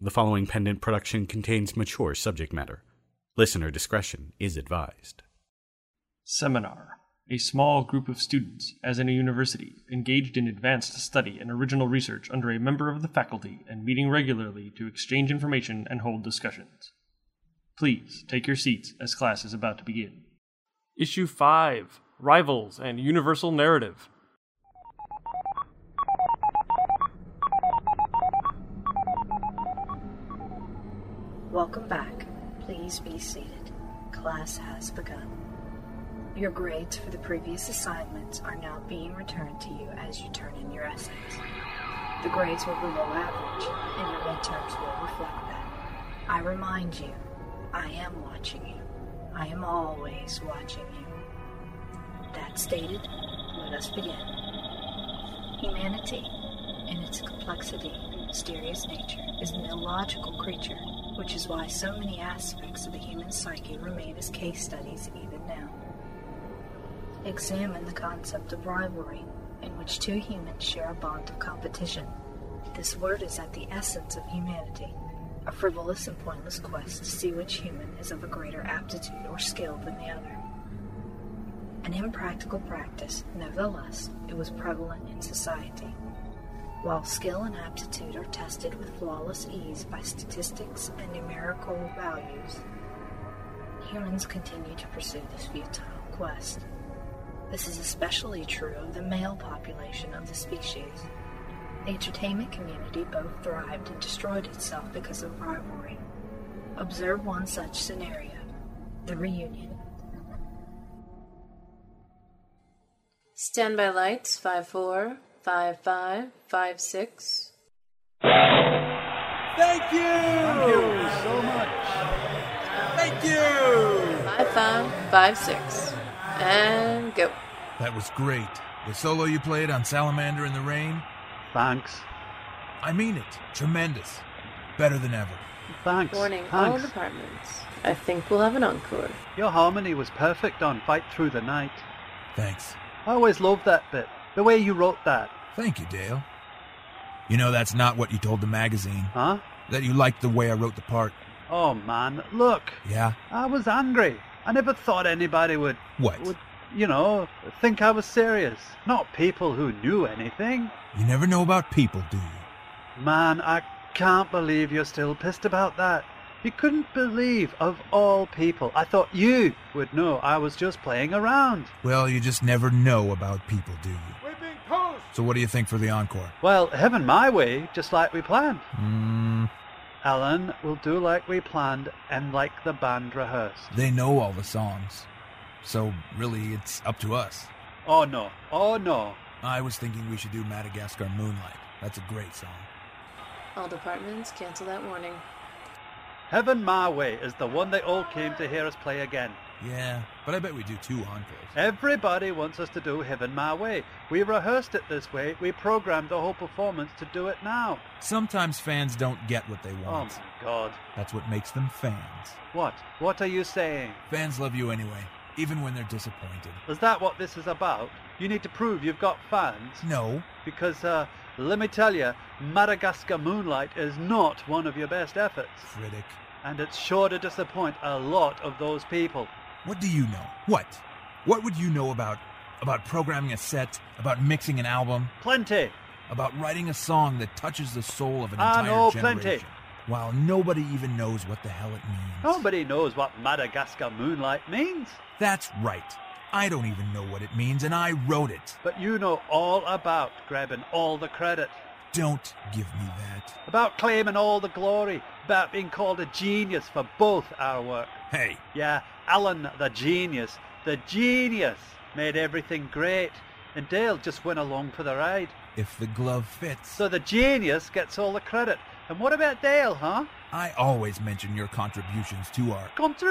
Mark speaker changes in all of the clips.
Speaker 1: The following pendant production contains mature subject matter. Listener discretion is advised.
Speaker 2: Seminar. A small group of students, as in a university, engaged in advanced study and original research under a member of the faculty and meeting regularly to exchange information and hold discussions. Please take your seats as class is about to begin.
Speaker 3: Issue 5 Rivals and Universal Narrative.
Speaker 4: Welcome back. Please be seated. Class has begun. Your grades for the previous assignments are now being returned to you as you turn in your essays. The grades were below average, and your midterms will reflect that. I remind you, I am watching you. I am always watching you. That stated, let us begin. Humanity, in its complexity and mysterious nature, is an illogical creature, which is why so many aspects of the human psyche remain as case studies even now. Examine the concept of rivalry, in which two humans share a bond of competition. This word is at the essence of humanity, a frivolous and pointless quest to see which human is of a greater aptitude or skill than the other. An impractical practice, nevertheless, it was prevalent in society. While skill and aptitude are tested with flawless ease by statistics and numerical values, humans continue to pursue this futile quest. This is especially true of the male population of the species. The entertainment community both thrived and destroyed itself because of rivalry. Observe one such scenario the reunion.
Speaker 5: Standby lights five four five five five six.
Speaker 6: Thank you! Thank you so much. Thank you!
Speaker 5: Five five five six. And go.
Speaker 7: That was great. The solo you played on Salamander in the Rain,
Speaker 8: Thanks.
Speaker 7: I mean it. Tremendous. Better than ever.
Speaker 8: Thanks.
Speaker 5: Warning all
Speaker 8: Thanks.
Speaker 5: departments. I think we'll have an encore.
Speaker 8: Your harmony was perfect on Fight Through the Night.
Speaker 7: Thanks.
Speaker 8: I always loved that bit. The way you wrote that.
Speaker 7: Thank you, Dale. You know, that's not what you told the magazine.
Speaker 8: Huh?
Speaker 7: That you liked the way I wrote the part.
Speaker 8: Oh man, look.
Speaker 7: Yeah?
Speaker 8: I was angry. I never thought anybody would,
Speaker 7: What?
Speaker 8: would, you know, think I was serious. Not people who knew anything.
Speaker 7: You never know about people, do you?
Speaker 8: Man, I can't believe you're still pissed about that. You couldn't believe, of all people, I thought you would know I was just playing around.
Speaker 7: Well, you just never know about people, do you?
Speaker 6: Whipping post!
Speaker 7: So what do you think for the encore?
Speaker 8: Well, heaven my way, just like we planned.
Speaker 7: Mm,
Speaker 8: Alan, we'll do like we planned and like the band rehearsed.
Speaker 7: they know all the songs. So really, it's up to us.
Speaker 8: Oh no, oh no.
Speaker 7: I was thinking we should do Madagascar Moonlight. That's a great song.
Speaker 5: All departments cancel that warning.
Speaker 8: Heaven My Way is the one they all came to hear us play again.
Speaker 7: Yeah, but I bet we do two encores.
Speaker 8: Everybody wants us to do Heaven My Way. We rehearsed it this way, we programmed the whole performance to do it now.
Speaker 7: Sometimes fans don't get what they
Speaker 8: Oh
Speaker 7: want.
Speaker 8: my god.
Speaker 7: That's what makes them fans.
Speaker 8: What? What are you saying?
Speaker 7: Fans love you anyway, even when they're disappointed.
Speaker 8: Is that what this is about? You need to prove you've got fans?
Speaker 7: No,
Speaker 8: Because, uh, let me tell you, Madagascar Moonlight is not one of your best efforts.
Speaker 7: critic.
Speaker 8: And it's sure to disappoint a lot of those people.
Speaker 7: What do you know? What? What would you know about about programming a set, about mixing an album,
Speaker 8: Plenty!
Speaker 7: about writing a song that touches the soul of an
Speaker 8: Ah,
Speaker 7: entire
Speaker 8: no,
Speaker 7: generation?
Speaker 8: plenty.
Speaker 7: While nobody even knows what the hell it means.
Speaker 8: Nobody knows what Madagascar Moonlight means,
Speaker 7: That's right. I don't even know what it means, and I wrote it.
Speaker 8: but you know all about grabbing all the credit,
Speaker 7: Don't give me that.
Speaker 8: about claiming all the glory, about being called a genius for both our work.
Speaker 7: Hey,
Speaker 8: Yeah, Alan the genius, the genius, made everything great, and Dale just went along for the ride.
Speaker 7: if the glove fits.
Speaker 8: So the genius gets all the credit. And what about Dale, huh?
Speaker 7: I always mention your contributions to our.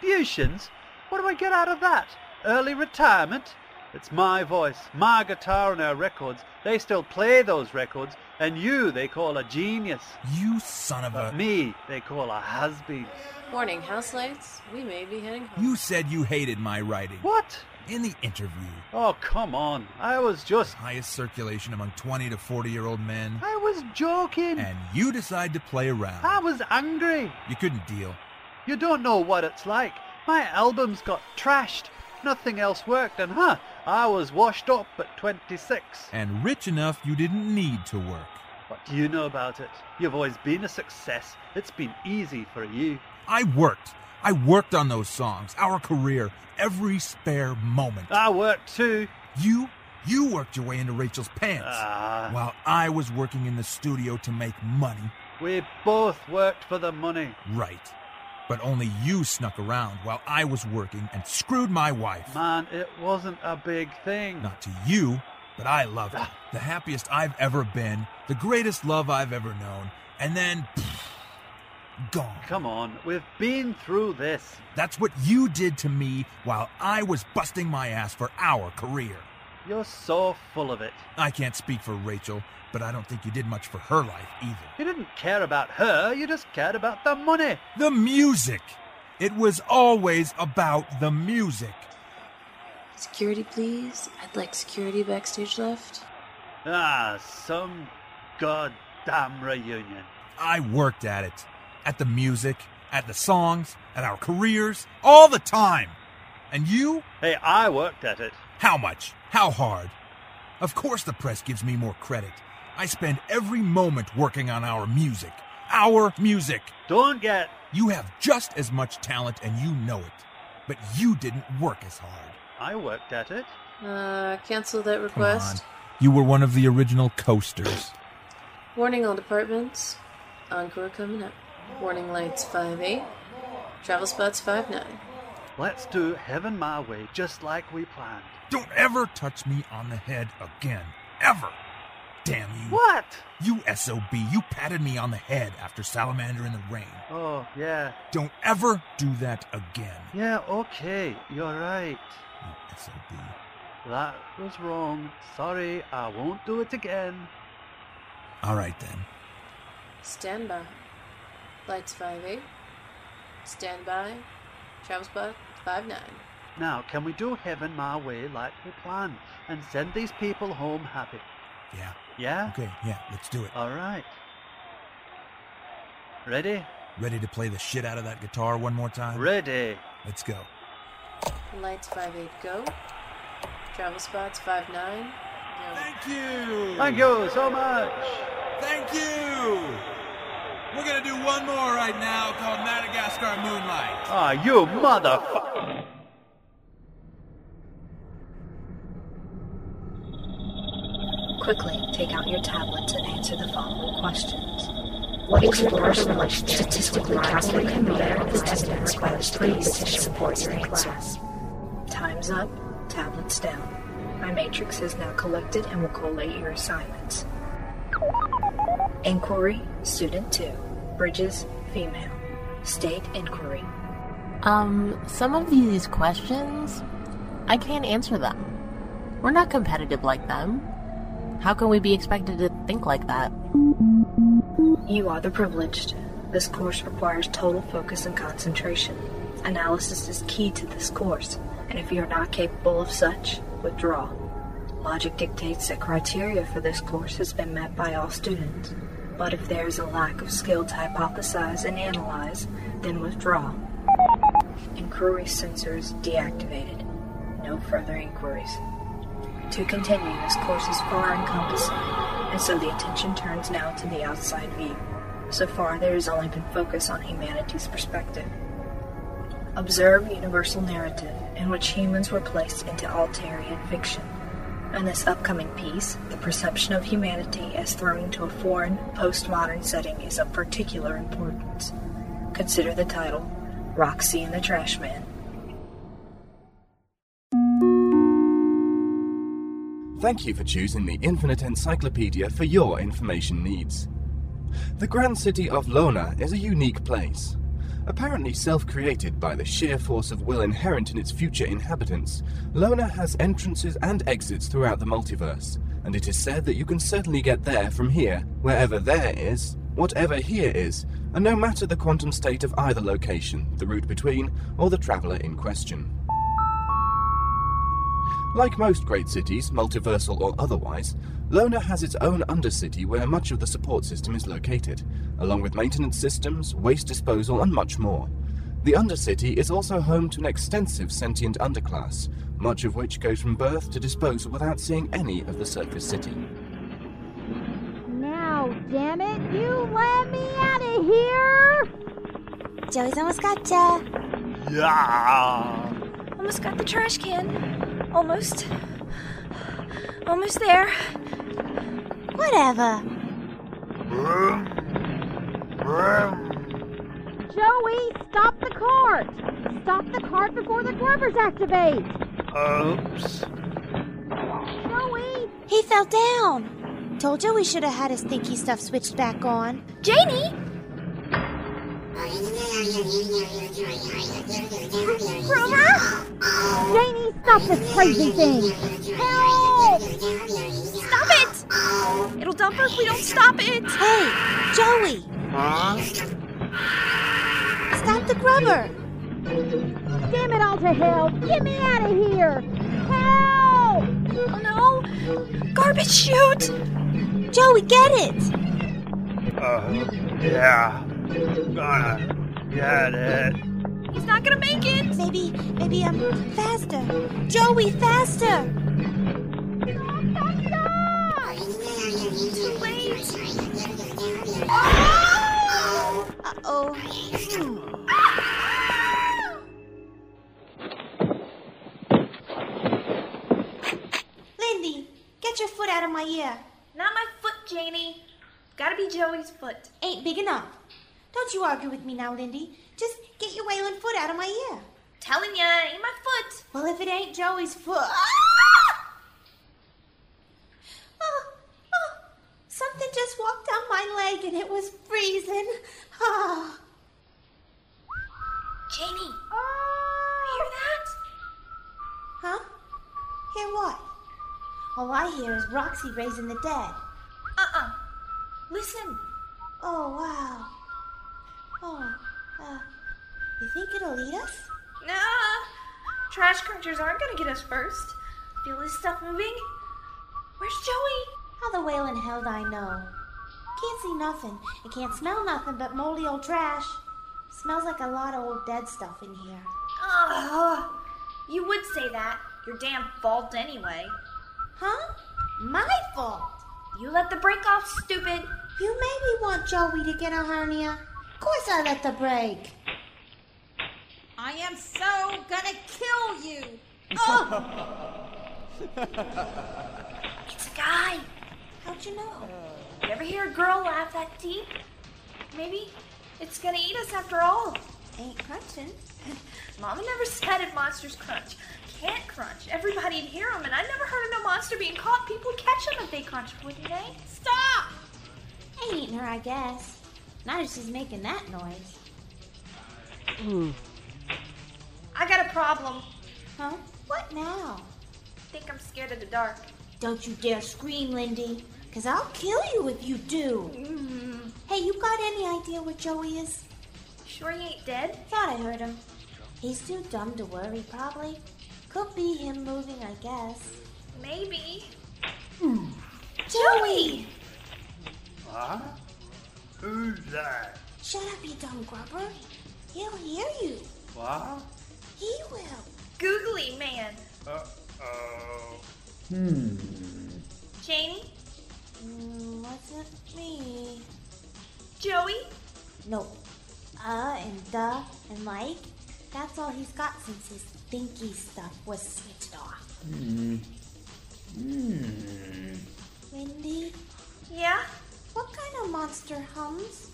Speaker 8: Contributions? What do I get out of that? Early retirement? It's my voice, my guitar and our records. They still play those records, and you they call a genius.
Speaker 7: You son of
Speaker 8: But
Speaker 7: a.
Speaker 8: me they call a has-been.
Speaker 5: Warning house lights. We may be heading home.
Speaker 7: You said you hated my writing.
Speaker 8: What?
Speaker 7: in the interview.
Speaker 8: Oh, come on. I was just.
Speaker 7: Highest circulation among 20 to 40 year old men.
Speaker 8: I was joking.
Speaker 7: Mm-hmm. And uh, you decide to play around.
Speaker 8: I was angry.
Speaker 7: You couldn't deal.
Speaker 8: You don't know what it's like. My albums got trashed. Nothing else worked, and huh, I was washed up at 26.
Speaker 7: And rich enough you didn't need to work.
Speaker 8: What do you know about it? You've always been a success. It's been easy for you.
Speaker 7: I worked. I worked on those songs, our career, every spare moment.
Speaker 8: I worked too.
Speaker 7: You, you worked your way into Rachel's pants
Speaker 8: Ah.
Speaker 7: while I was working in the studio to make money.
Speaker 8: We both worked for the money.
Speaker 7: Right. But only you snuck around while I was working and screwed my wife.
Speaker 8: Man, it wasn't a big thing.
Speaker 7: Not to you, but I love it. The happiest I've ever been, the greatest love I've ever known, and then pff, gone.
Speaker 8: Come on, we've been through this.
Speaker 7: That's what you did to me while I was busting my ass for our career.
Speaker 8: You're so full of it.
Speaker 7: I can't speak for Rachel, but I don't think you did much for her life either.
Speaker 8: You didn't care about her, you just cared about the money.
Speaker 7: The music! It was always about the music.
Speaker 5: Security, please. I'd like security backstage left.
Speaker 8: Ah, some goddamn reunion.
Speaker 7: I worked at it. At the music, at the songs, at our careers, all the time. And you?
Speaker 8: Hey, I worked at it.
Speaker 7: How much? How hard? Of course the press gives me more credit. I spend every moment working on our music. Our music!
Speaker 8: Don't get.
Speaker 7: You have just as much talent and you know it. But you didn't work as hard.
Speaker 8: I worked at it.
Speaker 5: Uh, cancel that
Speaker 7: Come
Speaker 5: request.
Speaker 7: on. You were one of the original coasters.
Speaker 5: Warning all departments. Encore coming up. Warning lights 5 8. Travel spots 5 9.
Speaker 8: Let's do Heaven My Way just like we planned.
Speaker 7: Don't ever touch me on the head again. Ever. Damn you.
Speaker 8: What?
Speaker 7: You SOB, you patted me on the head after Salamander in the Rain.
Speaker 8: Oh, yeah.
Speaker 7: Don't ever do that again.
Speaker 8: Yeah, okay. You're right.
Speaker 7: You SOB.
Speaker 8: That was wrong. Sorry, I won't do it again.
Speaker 7: All right then.
Speaker 5: Stand by. Lights 5 8. Stand by. Travel spot 5 9.
Speaker 8: Now, can we do Heaven My Way like we planned and send these people home happy?
Speaker 7: Yeah.
Speaker 8: Yeah?
Speaker 7: Okay, yeah, let's do it.
Speaker 8: All right. Ready?
Speaker 7: Ready to play the shit out of that guitar one more time?
Speaker 8: Ready.
Speaker 7: Let's go.
Speaker 5: Lights 5 8 go. Travel spots 5 9. Go.
Speaker 7: Thank you.
Speaker 8: Thank you so much.
Speaker 7: Thank you. We're gonna do one more right now called Madagascar Moonlight.
Speaker 8: Ah, you motherfucker.
Speaker 4: Quickly, take out your tablets and answer the following questions. What is your large knowledge statistically calculated can be as evidenced by the previous reports in class? Time's up, tablets down. My matrix is now collected and will collate your assignments. Inquiry, student 2. Bridges, female. State inquiry.
Speaker 9: Um, some of these questions, I can't answer them. We're not competitive like them. How can we be expected to think like that?
Speaker 4: You are the privileged. This course requires total focus and concentration. Analysis is key to this course, and if you are not capable of such, withdraw. Logic dictates that criteria for this course has been met by all students, but if there is a lack of skill to hypothesize and analyze, then withdraw. Inquiry sensors deactivated. No further inquiries. To continue, this course is far encompassing, and so the attention turns now to the outside view. So far, there has only been focus on humanity's perspective. Observe universal narrative, in which humans were placed into Altarian fiction. In this upcoming piece, the perception of humanity as thrown into a foreign, postmodern setting is of particular importance. Consider the title Roxy and the Trash Man.
Speaker 10: Thank you for choosing the Infinite Encyclopedia for your information needs. The grand city of Lona is a unique place. Apparently self created by the sheer force of will inherent in its future inhabitants, Lona has entrances and exits throughout the multiverse, and it is said that you can certainly get there from here, wherever there is, whatever here is, and no matter the quantum state of either location, the route between, or the traveller in question. Like most great cities, multiversal or otherwise, Lona has its own undercity where much of the support system is located, along with maintenance systems, waste disposal, and much more. The undercity is also home to an extensive sentient underclass, much of which goes from birth to disposal without seeing any of the surface city.
Speaker 11: Now, damn it, you let me out of here! Joey's almost got ya.
Speaker 8: Yeah.
Speaker 4: Almost got the trash can. Almost. Almost there.
Speaker 11: Whatever. Joey, stop the cart! Stop the cart before the grubbers activate!
Speaker 8: Oops.
Speaker 11: Joey! He fell down! Told you we should have had his stinky stuff switched back on. Janie! Grover? Janie, stop this crazy thing! Help! Stop it! It'll dump us if we don't stop it! Hey, Joey! Stop the grubber! Damn it all to hell! Get me out of here! Help! Oh no! Garbage chute! Joey, get it!
Speaker 8: Uh, yeah. Gonna get it.
Speaker 11: He's not gonna make it! Maybe, maybe I'm faster. Joey, faster! Too late! Uh oh. Lindy, get your foot out of my ear.
Speaker 4: Not my foot, Janie. Gotta be Joey's foot.
Speaker 11: Ain't big enough. Don't you argue with me now, Lindy. Just get your wailing foot out of my ear.
Speaker 4: Telling ya, it ain't my foot. Ah!
Speaker 11: Well, if it ain't Joey's foot. Oh, oh, something just walked down my leg and it was freezing. Oh.
Speaker 4: Janie,
Speaker 11: Oh.
Speaker 4: hear that?
Speaker 11: Huh? Hear what? All I hear is Roxy raising the dead.
Speaker 4: Uh-uh. Listen.
Speaker 11: Oh, wow. Oh, uh, you think it'll lead us?
Speaker 4: Nah. Trash creatures aren't gonna get us first. Feel this stuff moving? Where's Joey?
Speaker 11: How the whale in hell I know. Can't see nothing and can't smell nothing but moldy old trash. Smells like a lot of old dead stuff in here.
Speaker 4: Ugh. You would say that. Your damn fault anyway.
Speaker 11: Huh? My fault.
Speaker 4: You let the brake off, stupid.
Speaker 11: You made me want Joey to get a hernia. Of course I let the break.
Speaker 12: I am so gonna kill you!
Speaker 4: It's a guy.
Speaker 11: How'd you know?
Speaker 4: You ever hear a girl laugh that deep? Maybe it's gonna eat us after all.
Speaker 11: Ain't crunching.
Speaker 4: Mama never said if monsters crunch. Can't crunch. Everybody'd hear them, and I never heard of no monster being caught. People would catch them if they crunched, wouldn't they?
Speaker 11: Stop! Ain't eating her, I guess. Not if she's making that noise.
Speaker 4: I got a problem.
Speaker 11: Huh? What now?
Speaker 4: Think I'm scared of the dark.
Speaker 11: Don't you dare scream, Lindy, because I'll kill you if you do. Hey, you got any idea where Joey is?
Speaker 4: Sure he ain't dead?
Speaker 11: Thought I heard him. He's too dumb to worry, probably. Could be him moving, I guess.
Speaker 4: Maybe.
Speaker 11: Joey!
Speaker 8: Huh? Who's that?
Speaker 11: Shut up, you dumb grubber. He'll hear you.
Speaker 8: What?
Speaker 11: He will.
Speaker 4: Googly man.
Speaker 8: Uh oh.
Speaker 4: Janie?
Speaker 11: Mm, wasn't me.
Speaker 4: Joey?
Speaker 11: Nope. Uh and duh and like. That's all he's got since his stinky stuff was switched off. Lindy,
Speaker 4: Yeah?
Speaker 11: what kind of monster hums?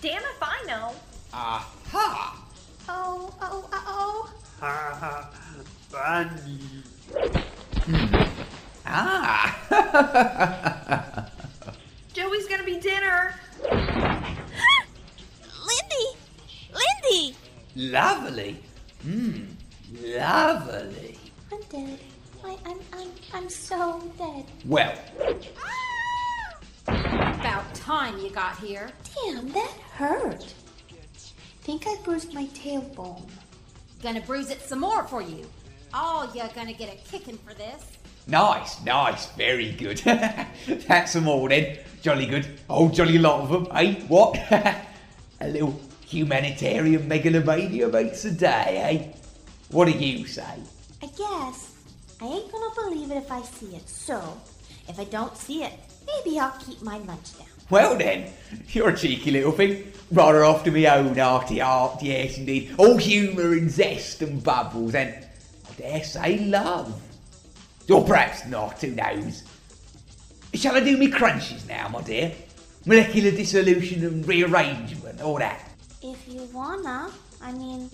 Speaker 4: Damn if I know.
Speaker 6: Aha!
Speaker 11: Oh, oh, uh oh.
Speaker 8: Ha ha. Funny.
Speaker 6: Ah!
Speaker 4: Joey's gonna be dinner.
Speaker 11: Lindy! Lindy!
Speaker 6: lovely. Mmm, lovely.
Speaker 11: I'm dead. I, I'm, I'm, I'm so dead.
Speaker 6: Well,
Speaker 12: About time you got here.
Speaker 11: Damn, that hurt. Think I bruised my tailbone.
Speaker 12: Gonna bruise it some more for you.
Speaker 9: Oh, you're gonna get a kicking for this.
Speaker 7: Nice, nice, very good. That's them all then. Jolly good. Oh, jolly lot of them, eh? What? a little humanitarian megalomania makes a day, eh? What do you say?
Speaker 11: I guess. I ain't gonna believe it if I see it, so if I don't see it, maybe I'll keep my lunch down.
Speaker 7: Well then, you're a cheeky little thing. Rather off to me own arty art, yes indeed. All humour and zest and bubbles and, I dare say, love. Or perhaps not, who knows? Shall I do me crunches now, my dear? Molecular dissolution and rearrangement, all that.
Speaker 11: If you wanna, I mean,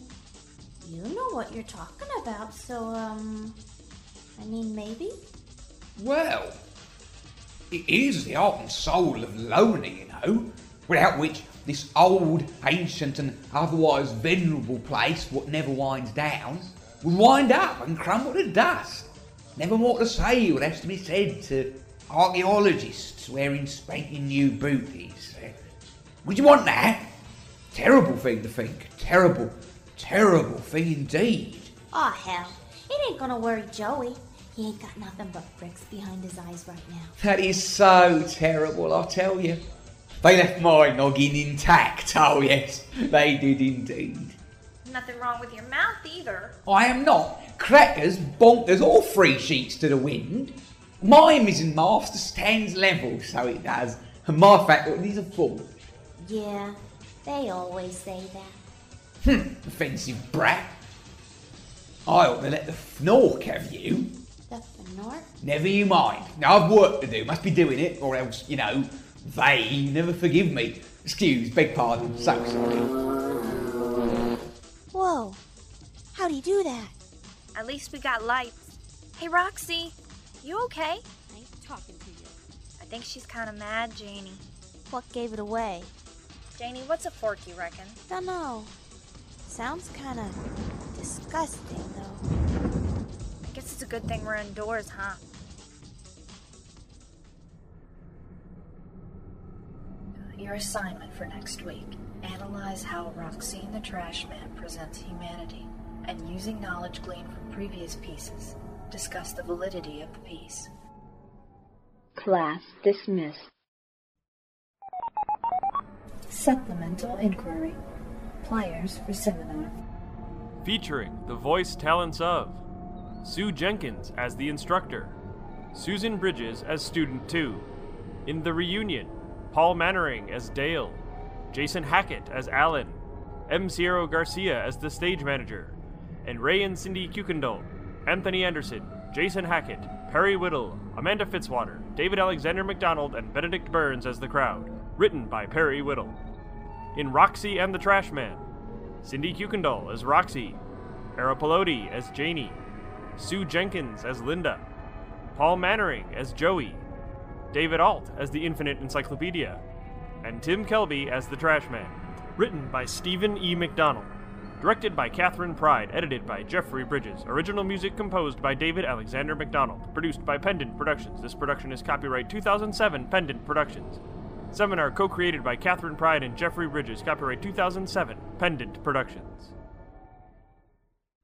Speaker 11: you know what you're talking about, so, um, I mean, maybe?
Speaker 7: Well, it is the heart and soul of Lona, you know, without which this old, ancient, and otherwise venerable place, what never winds down, would wind up and crumble to dust. Never more to say or has to be said to archaeologists wearing spanking new booties. Would you want that? Terrible thing to think. Terrible, terrible thing indeed.
Speaker 11: Aw, hell. It ain't gonna worry Joey. He ain't got nothing but bricks behind his eyes right now.
Speaker 7: That is so terrible, I tell you. They left my noggin intact. Oh, yes, they did indeed.
Speaker 9: Nothing wrong with your mouth either.
Speaker 7: I am not. Crackers, bonkers, all three sheets to the wind. My mizzen master stands level, so it does. And my faculties are full.
Speaker 11: Yeah, they always say that.
Speaker 7: Hmm, offensive brat. I ought to let the fnork have you.
Speaker 11: The Fenor?
Speaker 7: Never you mind. Now I've work to do, must be doing it, or else, you know, they never forgive me. Excuse, beg pardon, so sorry.
Speaker 11: Whoa. How'd he do that?
Speaker 13: At least we got lights. Hey, Roxy, you okay?
Speaker 9: I ain't talking to you.
Speaker 13: I think she's kind of mad, Janie.
Speaker 11: What gave it away?
Speaker 13: Janie, what's a fork, you reckon?
Speaker 11: Dunno. Sounds kinda disgusting, though.
Speaker 13: I guess it's a good thing we're indoors, huh?
Speaker 4: Your assignment for next week analyze how Roxy and the Trash Man presents humanity, and using knowledge gleaned from previous pieces, discuss the validity of the piece.
Speaker 14: Class dismissed.
Speaker 4: Supplemental inquiry. Pliers for seminar.
Speaker 3: Featuring the voice talents of Sue Jenkins as the instructor, Susan Bridges as student 2. In the reunion, Paul Mannering as Dale, Jason Hackett as Alan, M. Sierra Garcia as the stage manager, and Ray and Cindy Kuykendall, Anthony Anderson, Jason Hackett, Perry Whittle, Amanda Fitzwater, David Alexander McDonald, and Benedict Burns as the crowd. Written by Perry Whittle. In Roxy and the Trash Man, Cindy Kuykendall as Roxy, Era Pelodi as Janie, Sue Jenkins as Linda, Paul Mannering as Joey, David Alt as the Infinite Encyclopedia, and Tim Kelby as the Trash Man. Written by Stephen E. McDonald. Directed by Catherine Pride, edited by Jeffrey Bridges. Original music composed by David Alexander McDonald. Produced by Pendant Productions. This production is copyright 2007 Pendant Productions. Seminar co created by Catherine Pride and Jeffrey Bridges. Copyright 2007 Pendant Productions.